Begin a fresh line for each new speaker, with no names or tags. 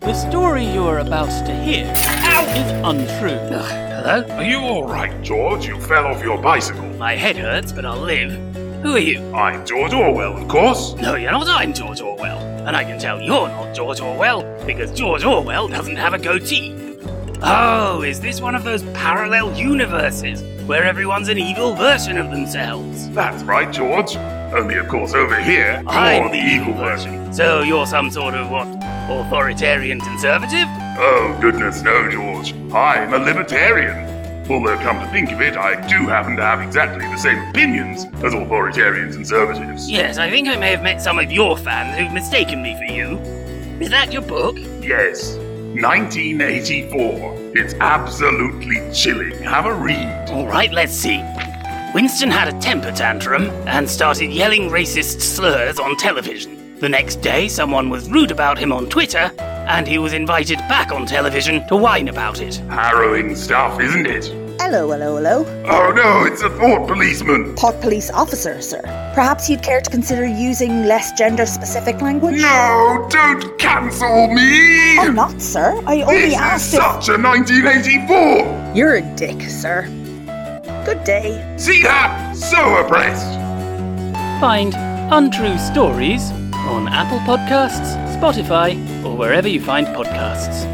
The story you are about to hear is untrue.
Hello?
Are you alright, George? You fell off your bicycle.
My head hurts, but I'll live. Who are you?
I'm George Orwell, of course.
No, you're not. I'm George Orwell. And I can tell you're not George Orwell because George Orwell doesn't have a goatee. Oh, is this one of those parallel universes where everyone's an evil version of themselves?
That's right, George. Only, of course, over here,
I'm
you're the evil version.
So you're some sort of what? Authoritarian conservative?
Oh, goodness, no, George. I'm a libertarian. Although, come to think of it, I do happen to have exactly the same opinions as authoritarian conservatives.
Yes, I think I may have met some of your fans who've mistaken me for you. Is that your book?
Yes. 1984. It's absolutely chilling. Have a read.
All right, let's see. Winston had a temper tantrum and started yelling racist slurs on television. The next day, someone was rude about him on Twitter, and he was invited back on television to whine about it.
Harrowing stuff, isn't it?
Hello, hello, hello.
Oh no, it's a thought policeman.
Port police officer, sir. Perhaps you'd care to consider using less gender specific language?
No, don't cancel me!
Or not, sir. I
This
only
is
asked if.
such a 1984!
You're a dick, sir. Good day.
See that? So oppressed!
Find Untrue Stories on Apple Podcasts, Spotify, or wherever you find podcasts.